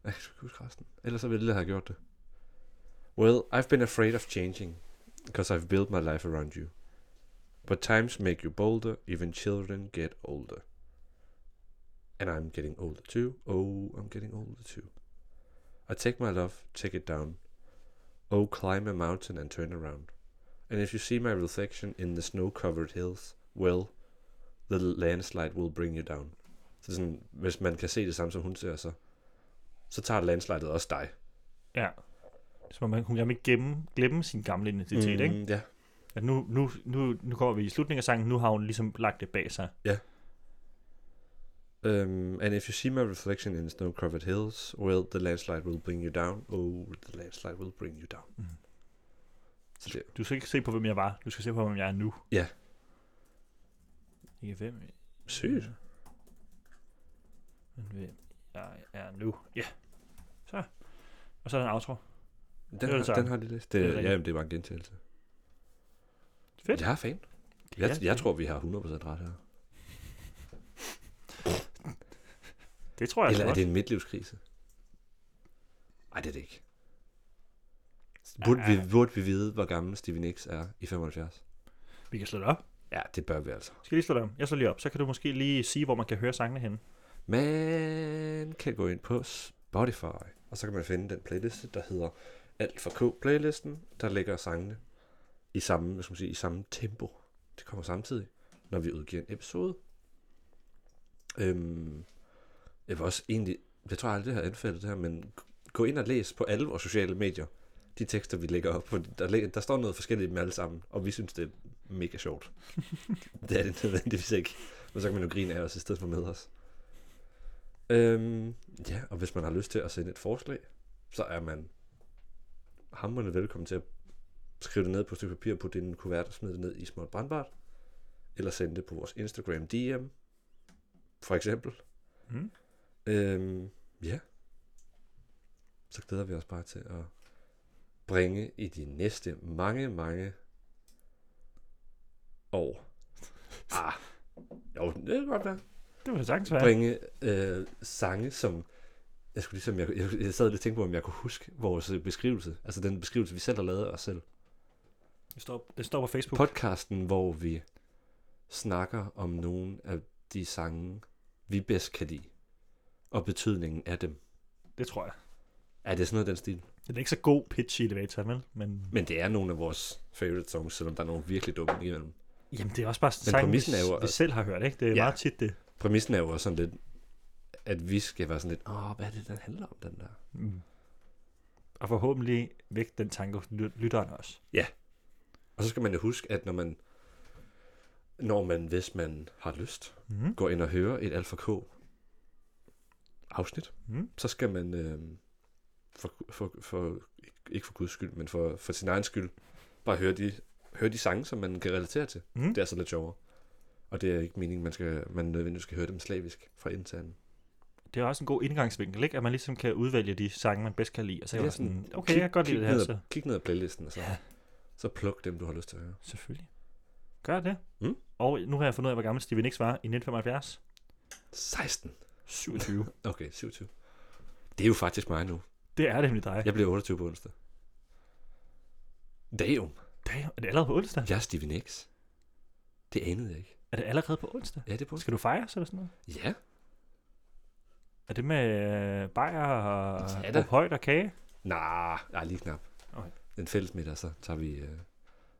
[SPEAKER 4] Jeg kan sgu ikke huske resten. Ellers så ville jeg have gjort det. Well, I've been afraid of changing, because I've built my life around you. But times make you bolder, even children get older. And I'm getting older too. Oh, I'm getting older too. I take my love, take it down. Oh, climb a mountain and turn around. And if you see my reflection in the snow covered hills, well, the landslide will bring you down. Så sådan, hvis man kan se det samme, som hun ser, så, så tager landslidet også dig.
[SPEAKER 3] Ja. Så man, hun kan ikke gemme, glemme sin gamle identitet, mm. ikke?
[SPEAKER 4] Ja.
[SPEAKER 3] At nu, nu, nu, nu kommer vi i slutningen af sangen, nu har hun ligesom lagt det bag sig.
[SPEAKER 4] Um, and if you see my reflection in snow-covered hills, well, the landslide will bring you down. Oh, the landslide will bring you down.
[SPEAKER 3] Mm.
[SPEAKER 4] Så det,
[SPEAKER 3] Du skal ikke se på, hvem jeg var. Du skal se på, hvem jeg er nu.
[SPEAKER 4] Ja.
[SPEAKER 3] Ikke hvem...
[SPEAKER 4] Sygt.
[SPEAKER 3] Men hvem jeg er nu. Ja. Så. Og så er der en outro.
[SPEAKER 4] den,
[SPEAKER 3] det
[SPEAKER 4] har,
[SPEAKER 3] samme.
[SPEAKER 4] den har de læst.
[SPEAKER 3] Det er
[SPEAKER 4] Det,
[SPEAKER 3] rigtigt.
[SPEAKER 4] ja, jamen, det er bare en gentagelse.
[SPEAKER 3] Fedt.
[SPEAKER 4] Jeg er fan. Jeg,
[SPEAKER 3] Ja,
[SPEAKER 4] jeg
[SPEAKER 3] det-
[SPEAKER 4] tror, vi har 100% ret her.
[SPEAKER 3] Det tror jeg
[SPEAKER 4] Eller
[SPEAKER 3] Eller
[SPEAKER 4] er
[SPEAKER 3] godt.
[SPEAKER 4] det en midtlivskrise? Nej, det er det ikke. Burde, vi, burde vi vide, hvor gammel Stevie Nicks er i 75?
[SPEAKER 3] Vi kan slå det op.
[SPEAKER 4] Ja, det bør vi altså.
[SPEAKER 3] Skal jeg lige slå det op? Jeg slår lige op. Så kan du måske lige sige, hvor man kan høre sangene henne.
[SPEAKER 4] Man kan gå ind på Spotify, og så kan man finde den playliste, der hedder Alt for K-playlisten. Der ligger sangene i samme, hvad skal man sige, i samme tempo. Det kommer samtidig, når vi udgiver en episode. Øhm, jeg vil også egentlig, jeg tror aldrig, det har anfaldet det her, men gå ind og læs på alle vores sociale medier, de tekster, vi lægger op. For der, ligger- der står noget forskelligt med alle sammen, og vi synes, det er mega sjovt. det er det nødvendigvis ikke. Men så kan man jo grine af os, i stedet for med os. Øhm, ja, og hvis man har lyst til at sende et forslag, så er man hamrende velkommen til at skrive det ned på et stykke papir, putte det i en kuvert og smide det ned i småt brandbart, eller sende det på vores Instagram DM, for eksempel.
[SPEAKER 3] Mm.
[SPEAKER 4] Øhm, ja. Så glæder vi os bare til at bringe i de næste mange, mange år. Ah, jo, det kan godt være
[SPEAKER 3] Det var sagtens være.
[SPEAKER 4] bringe øh, sange, som... Jeg, skulle ligesom, jeg, jeg, jeg sad lidt og tænkte på, om jeg kunne huske vores øh, beskrivelse. Altså den beskrivelse, vi selv har lavet af os selv.
[SPEAKER 3] Det står, det står på Facebook.
[SPEAKER 4] Podcasten, hvor vi snakker om nogle af de sange, vi bedst kan lide. Og betydningen af dem.
[SPEAKER 3] Det tror jeg.
[SPEAKER 4] Er det sådan noget i den stil?
[SPEAKER 3] Den er ikke så god pitch i elevator, vel? Men,
[SPEAKER 4] Men det er nogle af vores favorite songs, selvom der er nogle virkelig dumme imellem.
[SPEAKER 3] jamen, det er også bare sangen, vi,
[SPEAKER 4] præmissen er jo-
[SPEAKER 3] vi selv har hørt, ikke? Det er
[SPEAKER 4] Ja.
[SPEAKER 3] ja. meget tit det.
[SPEAKER 4] Præmissen er jo også sådan lidt, at vi skal være sådan lidt, åh, hvad er det, den handler om, den der?
[SPEAKER 3] Mm. Og forhåbentlig væk den tanke hos lyt- lytteren også.
[SPEAKER 4] Og så skal man jo huske, at når man, når man hvis man har lyst,
[SPEAKER 3] Mm.
[SPEAKER 4] går ind og hører et Alfa K afsnit,
[SPEAKER 3] Mm.
[SPEAKER 4] så skal man øh, for, for, for, ikke for guds skyld, men for, for sin egen skyld, bare høre de, høre de sange, som man kan relatere til.
[SPEAKER 3] Mm.
[SPEAKER 4] Det er så lidt sjovere. Og det er ikke meningen, man skal, man nødvendigvis skal høre dem slavisk fra internen.
[SPEAKER 3] Det er også en god indgangsvinkel, ikke? At man ligesom kan udvælge de sange, man bedst kan lide. Og så er
[SPEAKER 4] Det er
[SPEAKER 3] man sådan, okay, jeg kan godt lide det her,
[SPEAKER 4] ned,
[SPEAKER 3] så
[SPEAKER 4] ad- Kig ned ad playlisten, og så,
[SPEAKER 3] Ja.
[SPEAKER 4] så pluk dem, du har lyst til at høre.
[SPEAKER 3] selvfølgelig. Gør det.
[SPEAKER 4] Mm.
[SPEAKER 3] Og nu har jeg fundet ud af, hvor gammel Stevie Nicks var i 1975.
[SPEAKER 4] 16.
[SPEAKER 3] 27.
[SPEAKER 4] Okay, 27. Det er jo faktisk mig nu.
[SPEAKER 3] det er det nemlig dig.
[SPEAKER 4] Jeg bliver 28 på onsdag. Damn.
[SPEAKER 3] Damn, er det allerede på onsdag?
[SPEAKER 4] Jeg er Stevie Nicks. Det anede jeg ikke.
[SPEAKER 3] Er det allerede på onsdag?
[SPEAKER 4] Ja, det er på
[SPEAKER 3] Skal du fejre eller sådan noget?
[SPEAKER 4] Ja,
[SPEAKER 3] Er det med øh, bajer og
[SPEAKER 4] Ja da.
[SPEAKER 3] ja, højt og kage?
[SPEAKER 4] nej, nej, lige knap.
[SPEAKER 3] Okay.
[SPEAKER 4] En fælles middag, så tager vi øh,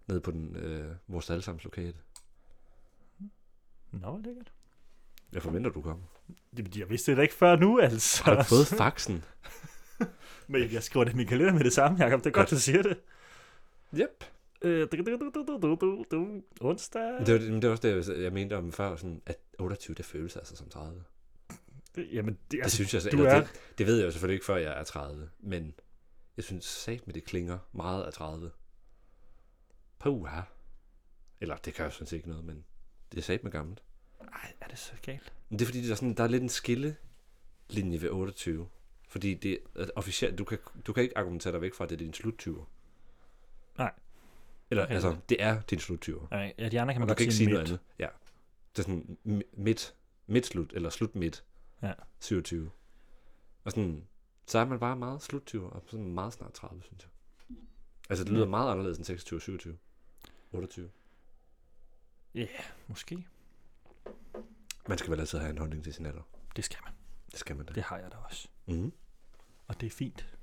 [SPEAKER 4] ned på den, øh, vores allesammens lokale.
[SPEAKER 3] Nå, hvor lækkert.
[SPEAKER 4] Jeg forventer, du
[SPEAKER 3] [LAUGHS]
[SPEAKER 4] kommer.
[SPEAKER 3] Jamen, Jeg vidste det da ikke før nu, altså.
[SPEAKER 4] Har du fået faxen?
[SPEAKER 3] Men jeg skriver det i min kalender med det samme, Jacob. Det er godt, du siger det.
[SPEAKER 4] Yep.
[SPEAKER 3] Øh, du, du, du, du, du, du, du, onsdag.
[SPEAKER 4] Det var, det, men det var også det, jeg- jeg mente om før, sådan, at 28, det føles altså som 30. Det
[SPEAKER 3] Det- Jamen, det, altså,
[SPEAKER 4] synes jeg, så-
[SPEAKER 3] du
[SPEAKER 4] eller
[SPEAKER 3] er-
[SPEAKER 4] det, det ved jeg jo selvfølgelig ikke, før jeg er 30, men jeg synes sagt med det klinger meget af 30. Puha. Eller det kan jo sådan set ikke noget, men det er sagt med gammelt.
[SPEAKER 3] Ej, er det så galt?
[SPEAKER 4] Men det er fordi, der er, sådan, der er lidt en skillelinje ved 28. Fordi det er officielt, du kan, du kan ikke argumentere dig væk fra, at det er din sluttyver.
[SPEAKER 3] Nej.
[SPEAKER 4] Eller
[SPEAKER 3] Okay.
[SPEAKER 4] altså, det er din sluttyver.
[SPEAKER 3] Nej, ja, de andre kan man
[SPEAKER 4] Og du
[SPEAKER 3] godt
[SPEAKER 4] kan ikke sige
[SPEAKER 3] midt.
[SPEAKER 4] noget andet. Ja. Det er sådan mi- midt, midt slut, eller slut midt.
[SPEAKER 3] Ja.
[SPEAKER 4] 27. Og sådan, så er man bare meget sluttyver, og sådan meget snart 30, synes jeg. Altså, det lyder
[SPEAKER 3] Ja.
[SPEAKER 4] meget anderledes end 26, 27, 28.
[SPEAKER 3] Måske.
[SPEAKER 4] Man skal vel altid have en holdning til sin alder.
[SPEAKER 3] Det skal man.
[SPEAKER 4] Det skal man da.
[SPEAKER 3] Det har jeg da også.
[SPEAKER 4] Mm-hmm.
[SPEAKER 3] Og det er fint.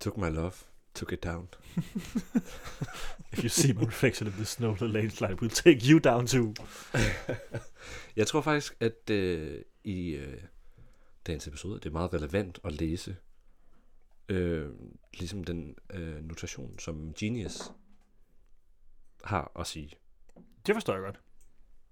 [SPEAKER 4] Took my love, took it down.
[SPEAKER 3] If you see my reflection in the snow, the landslide will take you down too.
[SPEAKER 4] Jeg tror faktisk, at øh, i øh, dagens episode, det er meget relevant at læse øh, ligesom den øh, notation, som Genius har at sige.
[SPEAKER 3] Det forstår jeg godt.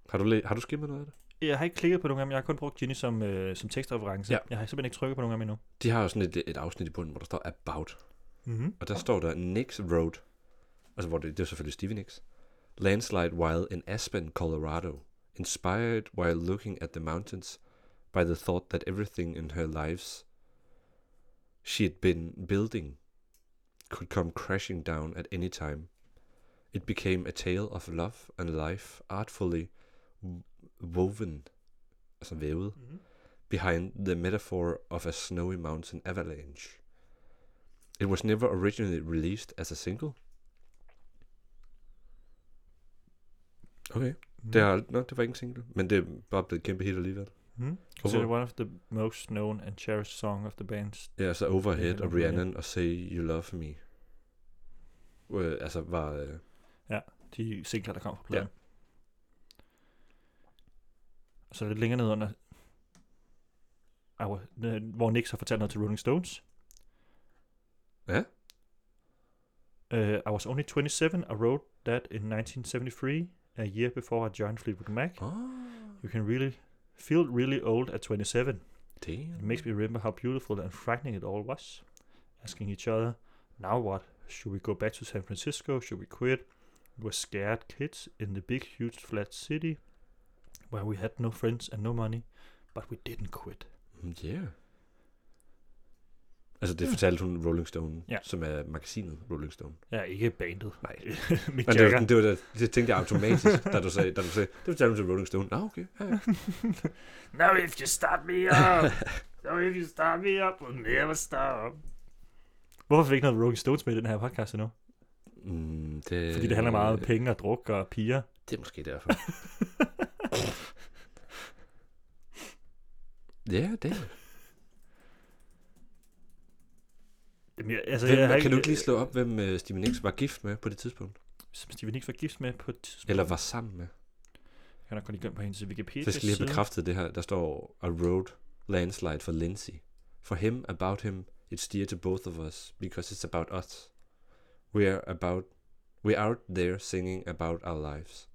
[SPEAKER 4] Har du, læ- har du skimmet noget af det?
[SPEAKER 3] jeg har ikke klikket på nogen af dem. Jeg har kun brugt Ginny som, øh, som tekstreference.
[SPEAKER 4] Ja.
[SPEAKER 3] Jeg har simpelthen ikke trykket på nogen af dem endnu.
[SPEAKER 4] De har jo sådan et, et afsnit i bunden, hvor der står About.
[SPEAKER 3] Mm-hmm.
[SPEAKER 4] Og der står der Nix Road. Altså, hvor det, det er jo selvfølgelig Stevie Nicks. Landslide while in Aspen, Colorado. Inspired while looking at the mountains by the thought that everything in her lives she had been building could come crashing down at any time. It became a tale of love and life artfully w- woven, altså vævet,
[SPEAKER 3] Mm-hmm.
[SPEAKER 4] behind the metaphor of a snowy mountain avalanche. It was never originally released as a single. Okay,
[SPEAKER 3] Mm.
[SPEAKER 4] det, har, no, det var ikke en single, men det er bare blevet et kæmpe hit alligevel.
[SPEAKER 3] Mm-hmm. Considered one of the most known and cherished song of the bands.
[SPEAKER 4] Ja, så Overhead
[SPEAKER 3] det
[SPEAKER 4] og
[SPEAKER 3] var det.
[SPEAKER 4] Rhiannon og Say You Love Me. Øh, altså var... Øh,
[SPEAKER 3] De singler, der kom på
[SPEAKER 4] Ja.
[SPEAKER 3] pladen. Ja. Og så lidt længere ned under, Ej, hvor- øh, hvor Nick så fortalte noget til Rolling Stones.
[SPEAKER 4] Ja.
[SPEAKER 3] Øh, I was only 27, I wrote that in 1973, a year before I joined Fleetwood Mac.
[SPEAKER 4] oh,
[SPEAKER 3] You can really feel really old at 27. It
[SPEAKER 4] damn.
[SPEAKER 3] makes me remember how beautiful and frightening it all was. Asking each other, now what? Should we go back to San Francisco? Should we quit? We were scared kids in the big, huge, flat city where we had no friends and no money, but we didn't quit.
[SPEAKER 4] Mm, Yeah. Altså det fortalte hun Rolling Stone,
[SPEAKER 3] Ja.
[SPEAKER 4] som er magasinet Rolling Stone.
[SPEAKER 3] Ja, ikke bandet.
[SPEAKER 4] Nej.
[SPEAKER 3] Mick
[SPEAKER 4] [LAUGHS] Men det, var,
[SPEAKER 3] Jagger.
[SPEAKER 4] sådan- det, var, det, det tænkte jeg automatisk, da du sagde, da du sagde det fortalte du til Rolling Stone. Nå, okay. Ja, ja.
[SPEAKER 3] Now if you start me
[SPEAKER 4] [LAUGHS]
[SPEAKER 3] up, now if you start me up, we'll never stop. Hvorfor fik vi ikke noget Rolling Stones med i den her podcast endnu?
[SPEAKER 4] Mm, det,
[SPEAKER 3] Fordi det handler meget om
[SPEAKER 4] Øh,
[SPEAKER 3] penge og druk og piger.
[SPEAKER 4] Det er måske derfor. ja, det er
[SPEAKER 3] [LAUGHS] Jamen, jeg, altså, jeg har
[SPEAKER 4] hvem, Kan du ikke lige slå op, hvem øh, Stevie Nicks var gift med på det tidspunkt?
[SPEAKER 3] Som Stevie Nicks var gift med på et tidspunkt.
[SPEAKER 4] Eller var sammen med?
[SPEAKER 3] Jeg har nok kun lige glemt på hendes Wikipedia
[SPEAKER 4] Så jeg skal lige have
[SPEAKER 3] side.
[SPEAKER 4] bekræftet det her. Der står A road landslide for Lindsay. For him, about him, it's dear to both of us, because it's about us. We are about... We are out there singing about our lives.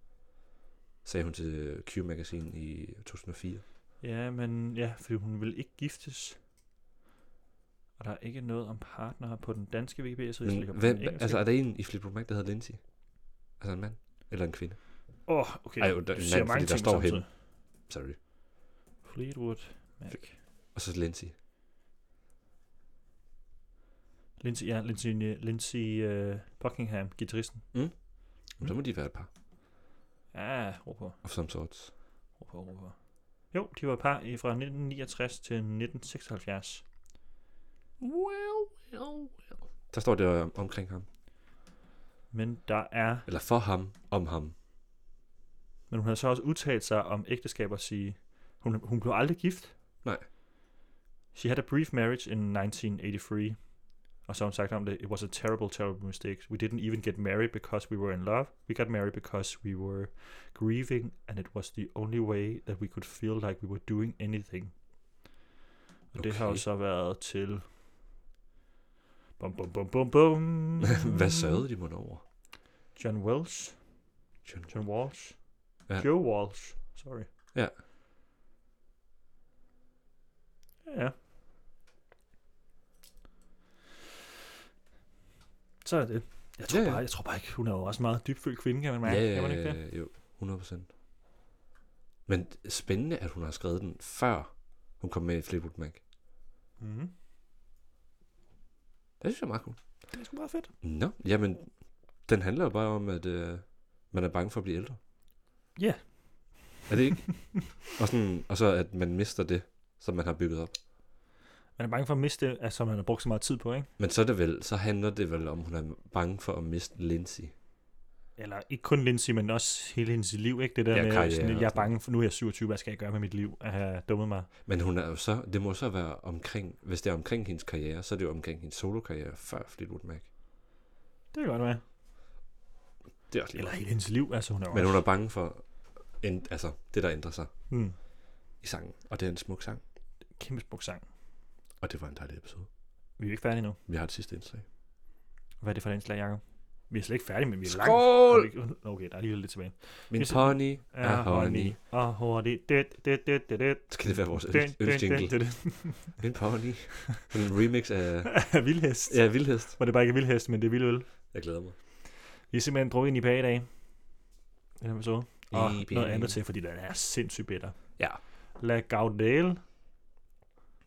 [SPEAKER 4] Sagde hun til Q Magazine i 2004.
[SPEAKER 3] Ja, men ja, fordi hun ville ikke giftes. Og der er ikke noget om partnere på den danske Wikipedia, så jeg
[SPEAKER 4] Men
[SPEAKER 3] ligger på
[SPEAKER 4] hvem,
[SPEAKER 3] den engelske.
[SPEAKER 4] altså er der en i Fleetwood Mac, der hedder Lindsay? Altså en mand? Eller en kvinde?
[SPEAKER 3] Åh, oh, okay.
[SPEAKER 4] Ej, jo, der-
[SPEAKER 3] du
[SPEAKER 4] en
[SPEAKER 3] siger
[SPEAKER 4] mand,
[SPEAKER 3] mange
[SPEAKER 4] fordi der
[SPEAKER 3] ting
[SPEAKER 4] står
[SPEAKER 3] samtidig.
[SPEAKER 4] Sorry.
[SPEAKER 3] Fleetwood Mac.
[SPEAKER 4] Og så Lindsay.
[SPEAKER 3] Lindsay, ja, Lindsay, Lindsay uh, Buckingham, guitaristen.
[SPEAKER 4] Mm. Så må de være et par.
[SPEAKER 3] Ja, ro på,
[SPEAKER 4] Of some sorts.
[SPEAKER 3] ro på, ro på. Jo, de var et par i- fra 1969 til 1976.
[SPEAKER 4] Well, well, well. Der står det om, omkring ham.
[SPEAKER 3] Men der er...
[SPEAKER 4] Eller for ham, om ham. [LAUGHS]
[SPEAKER 3] Men hun havde så også udtalt sig om ægteskab og sige, hun, hun blev aldrig gift.
[SPEAKER 4] Nej.
[SPEAKER 3] She had a brief marriage in 1983. Og så har hun sagt om det, it was a terrible, terrible mistake. We didn't even get married because we were in love. We got married because we were grieving, and it was the only way that we could feel like we were doing anything. Og okay. det har jo
[SPEAKER 4] Okay.
[SPEAKER 3] så været til... Bum, bum, bum, bum, bum.
[SPEAKER 4] [LAUGHS] Hvad sørgede de mon over?
[SPEAKER 3] John Wells.
[SPEAKER 4] John
[SPEAKER 3] John Walsh.
[SPEAKER 4] Ja.
[SPEAKER 3] Joe Walsh. Sorry.
[SPEAKER 4] Ja.
[SPEAKER 3] Ja. Så er det. Jeg tror,
[SPEAKER 4] Ja, ja.
[SPEAKER 3] bare, jeg tror bare ikke, hun er jo også en meget dybfølt kvinde, kan man mærke. kan man ikke det?
[SPEAKER 4] jo, 100%. Men spændende, at hun har skrevet den, før hun kom med i Fleetwood Mac.
[SPEAKER 3] Mm-hmm.
[SPEAKER 4] Det synes jeg er meget cool.
[SPEAKER 3] Det er sgu meget fedt.
[SPEAKER 4] Nå, jamen, den handler jo bare om, at øh, man er bange for at blive ældre.
[SPEAKER 3] Ja.
[SPEAKER 4] Er det ikke? og, sådan, og så, at man mister det, som man har bygget op.
[SPEAKER 3] Man er bange for at miste det, altså man har brugt så meget tid på, ikke?
[SPEAKER 4] Men så, er det vel, så handler det vel om, hun er bange for at miste Lindsay.
[SPEAKER 3] Eller ikke kun Lindsay, men også hele hendes liv, ikke? Det der
[SPEAKER 4] Ja,
[SPEAKER 3] med,
[SPEAKER 4] karriere
[SPEAKER 3] sådan,
[SPEAKER 4] og
[SPEAKER 3] jeg er
[SPEAKER 4] sådan.
[SPEAKER 3] bange for, nu er jeg 27, hvad skal jeg gøre med mit liv? At have dummet mig.
[SPEAKER 4] Men hun er jo så, det må så være omkring, hvis det er omkring hendes karriere, så er det jo omkring hendes solokarriere før Fleetwood Mac.
[SPEAKER 3] Det kan godt være.
[SPEAKER 4] Det er også
[SPEAKER 3] Eller hele hendes liv, altså hun er jo
[SPEAKER 4] Men hun
[SPEAKER 3] også-
[SPEAKER 4] er bange for en, altså, det, der ændrer sig
[SPEAKER 3] Mm.
[SPEAKER 4] i sangen. Og det er en smuk sang.
[SPEAKER 3] Kæmpe smuk sang.
[SPEAKER 4] Og det var en dejlig episode.
[SPEAKER 3] Vi er jo ikke færdige nu.
[SPEAKER 4] Vi har et sidste indslag.
[SPEAKER 3] Hvad er det for et indslag, Jacob? Vi er slet ikke færdige, men vi er langt.
[SPEAKER 4] Skål!
[SPEAKER 3] Har vi ikke- Okay, der er lige lidt tilbage.
[SPEAKER 4] Min
[SPEAKER 3] Hvis-
[SPEAKER 4] pony er honey.
[SPEAKER 3] honey. Og hurtigt. Det, det, det, det, det.
[SPEAKER 4] Skal det være vores øl- ølsjingle? Min pony. Sådan en remix af
[SPEAKER 3] [LAUGHS] Vildhest.
[SPEAKER 4] ja, Vildhest.
[SPEAKER 3] Hvor det bare ikke er vildhest, men det er vildøl.
[SPEAKER 4] Jeg glæder mig.
[SPEAKER 3] Vi har simpelthen drukket en IPA i dag. Den episode. Og
[SPEAKER 4] IPA.
[SPEAKER 3] noget andet til, fordi den er sindssygt bitter.
[SPEAKER 4] Ja.
[SPEAKER 3] La Gaudale.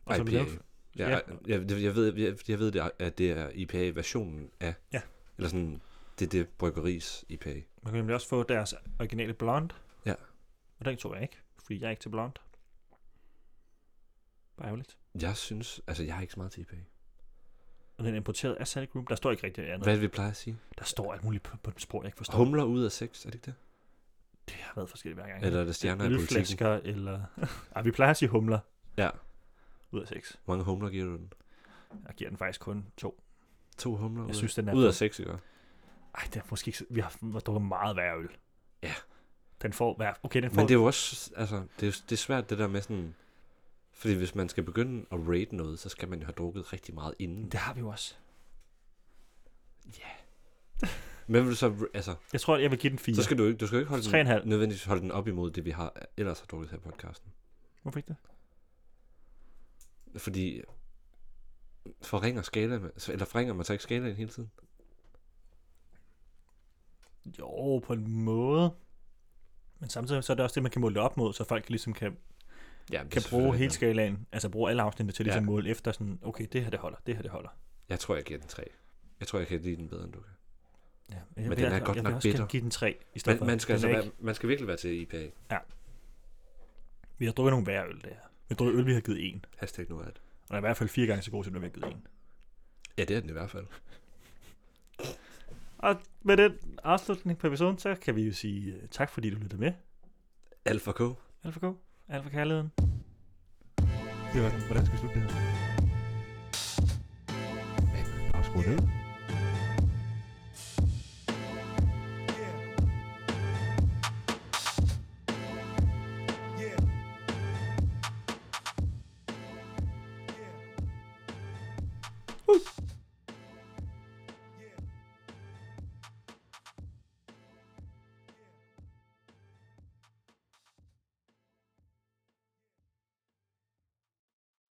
[SPEAKER 3] Og så
[SPEAKER 4] IPA.
[SPEAKER 3] lavet-
[SPEAKER 4] Ja,
[SPEAKER 3] Ja.
[SPEAKER 4] jeg, jeg, jeg, ved, jeg, jeg ved, det er- at det er IPA-versionen af...
[SPEAKER 3] Ja.
[SPEAKER 4] Eller sådan, det er det bryggeris IPA.
[SPEAKER 3] Man kan nemlig også få deres originale blond.
[SPEAKER 4] Ja.
[SPEAKER 3] Og den tog jeg ikke, fordi jeg er ikke til blond. Bare ærgerligt.
[SPEAKER 4] Jeg synes... Altså, jeg har ikke så meget til IPA.
[SPEAKER 3] Og den er importeret af Sally Group. Der står ikke rigtig andet.
[SPEAKER 4] Hvad er det, vi plejer at sige?
[SPEAKER 3] Der står alt muligt på, på et sprog, jeg ikke forstår.
[SPEAKER 4] Humler ud af sex, er det ikke det?
[SPEAKER 3] Det har været forskellige hver gang.
[SPEAKER 4] Eller er det stjerner i politikken?
[SPEAKER 3] Ølflasker, eller... [LAUGHS] Ej, vi plejer at sige humler
[SPEAKER 4] Ja.
[SPEAKER 3] ud af seks.
[SPEAKER 4] Hvor mange humler giver du den?
[SPEAKER 3] Jeg giver den faktisk kun to.
[SPEAKER 4] To humler
[SPEAKER 3] Jeg
[SPEAKER 4] ud,
[SPEAKER 3] synes, den er...
[SPEAKER 4] af, ud af seks, ikke?
[SPEAKER 3] Ej, det er måske ikke... så- Vi har vi har drukket meget værre øl.
[SPEAKER 4] Ja.
[SPEAKER 3] Den får hver... Okay, den får...
[SPEAKER 4] Men det er jo også... Altså, det er, det er svært det der med sådan... Fordi hvis man skal begynde at rate noget, så skal man jo have drukket rigtig meget inden.
[SPEAKER 3] Mm, det har vi jo også.
[SPEAKER 4] Men vil du så... ra- Altså,
[SPEAKER 3] Jeg tror, jeg vil give den fire.
[SPEAKER 4] så skal du ikke, du skal jo ikke holde
[SPEAKER 3] Tre og en halv.
[SPEAKER 4] den, nødvendigvis holde den op imod det, vi har ellers har drukket her i podcasten.
[SPEAKER 3] Hvorfor ikke det?
[SPEAKER 4] Fordi forringer skala, eller forringer man så ikke skalaen hele tiden?
[SPEAKER 3] Jo, på en måde. Men samtidig så er det også det, man kan måle det op mod, så folk ligesom kan,
[SPEAKER 4] Ja, det er
[SPEAKER 3] kan bruge
[SPEAKER 4] selvfølgelig
[SPEAKER 3] hele
[SPEAKER 4] rigtigt.
[SPEAKER 3] skalaen, altså bruge alle afsnittene til ligesom
[SPEAKER 4] Ja.
[SPEAKER 3] ja. måle efter sådan, okay, det her det holder, det her det holder.
[SPEAKER 4] Jeg tror, jeg giver den tre. Jeg tror, jeg kan lide den bedre, end du kan.
[SPEAKER 3] Ja, jeg
[SPEAKER 4] den
[SPEAKER 3] vil-
[SPEAKER 4] er
[SPEAKER 3] jeg,
[SPEAKER 4] godt
[SPEAKER 3] jeg
[SPEAKER 4] nok
[SPEAKER 3] vil også gerne
[SPEAKER 4] bitter.
[SPEAKER 3] give den 3 i stedet
[SPEAKER 4] Man, man, skal
[SPEAKER 3] Den
[SPEAKER 4] altså
[SPEAKER 3] er
[SPEAKER 4] være, man skal virkelig være til E IPA.
[SPEAKER 3] ikke- Vi har drukket nogle værre øl, det her. Vi har drukket øl, vi har givet en.
[SPEAKER 4] Hashtag nu er det.
[SPEAKER 3] Og der er i hvert fald fire gange så god, som den vi har givet en.
[SPEAKER 4] Ja, det er den i hvert fald.
[SPEAKER 3] Og med den afslutning på episoden, så kan vi jo sige øh, tak, fordi du lyttede med.
[SPEAKER 4] Alfa K.
[SPEAKER 3] Alfa K. Alfa Kærligheden. Det var den. Hvordan skal vi slutte det her?
[SPEAKER 4] Afskru ned.
[SPEAKER 2] Yeah. Yeah.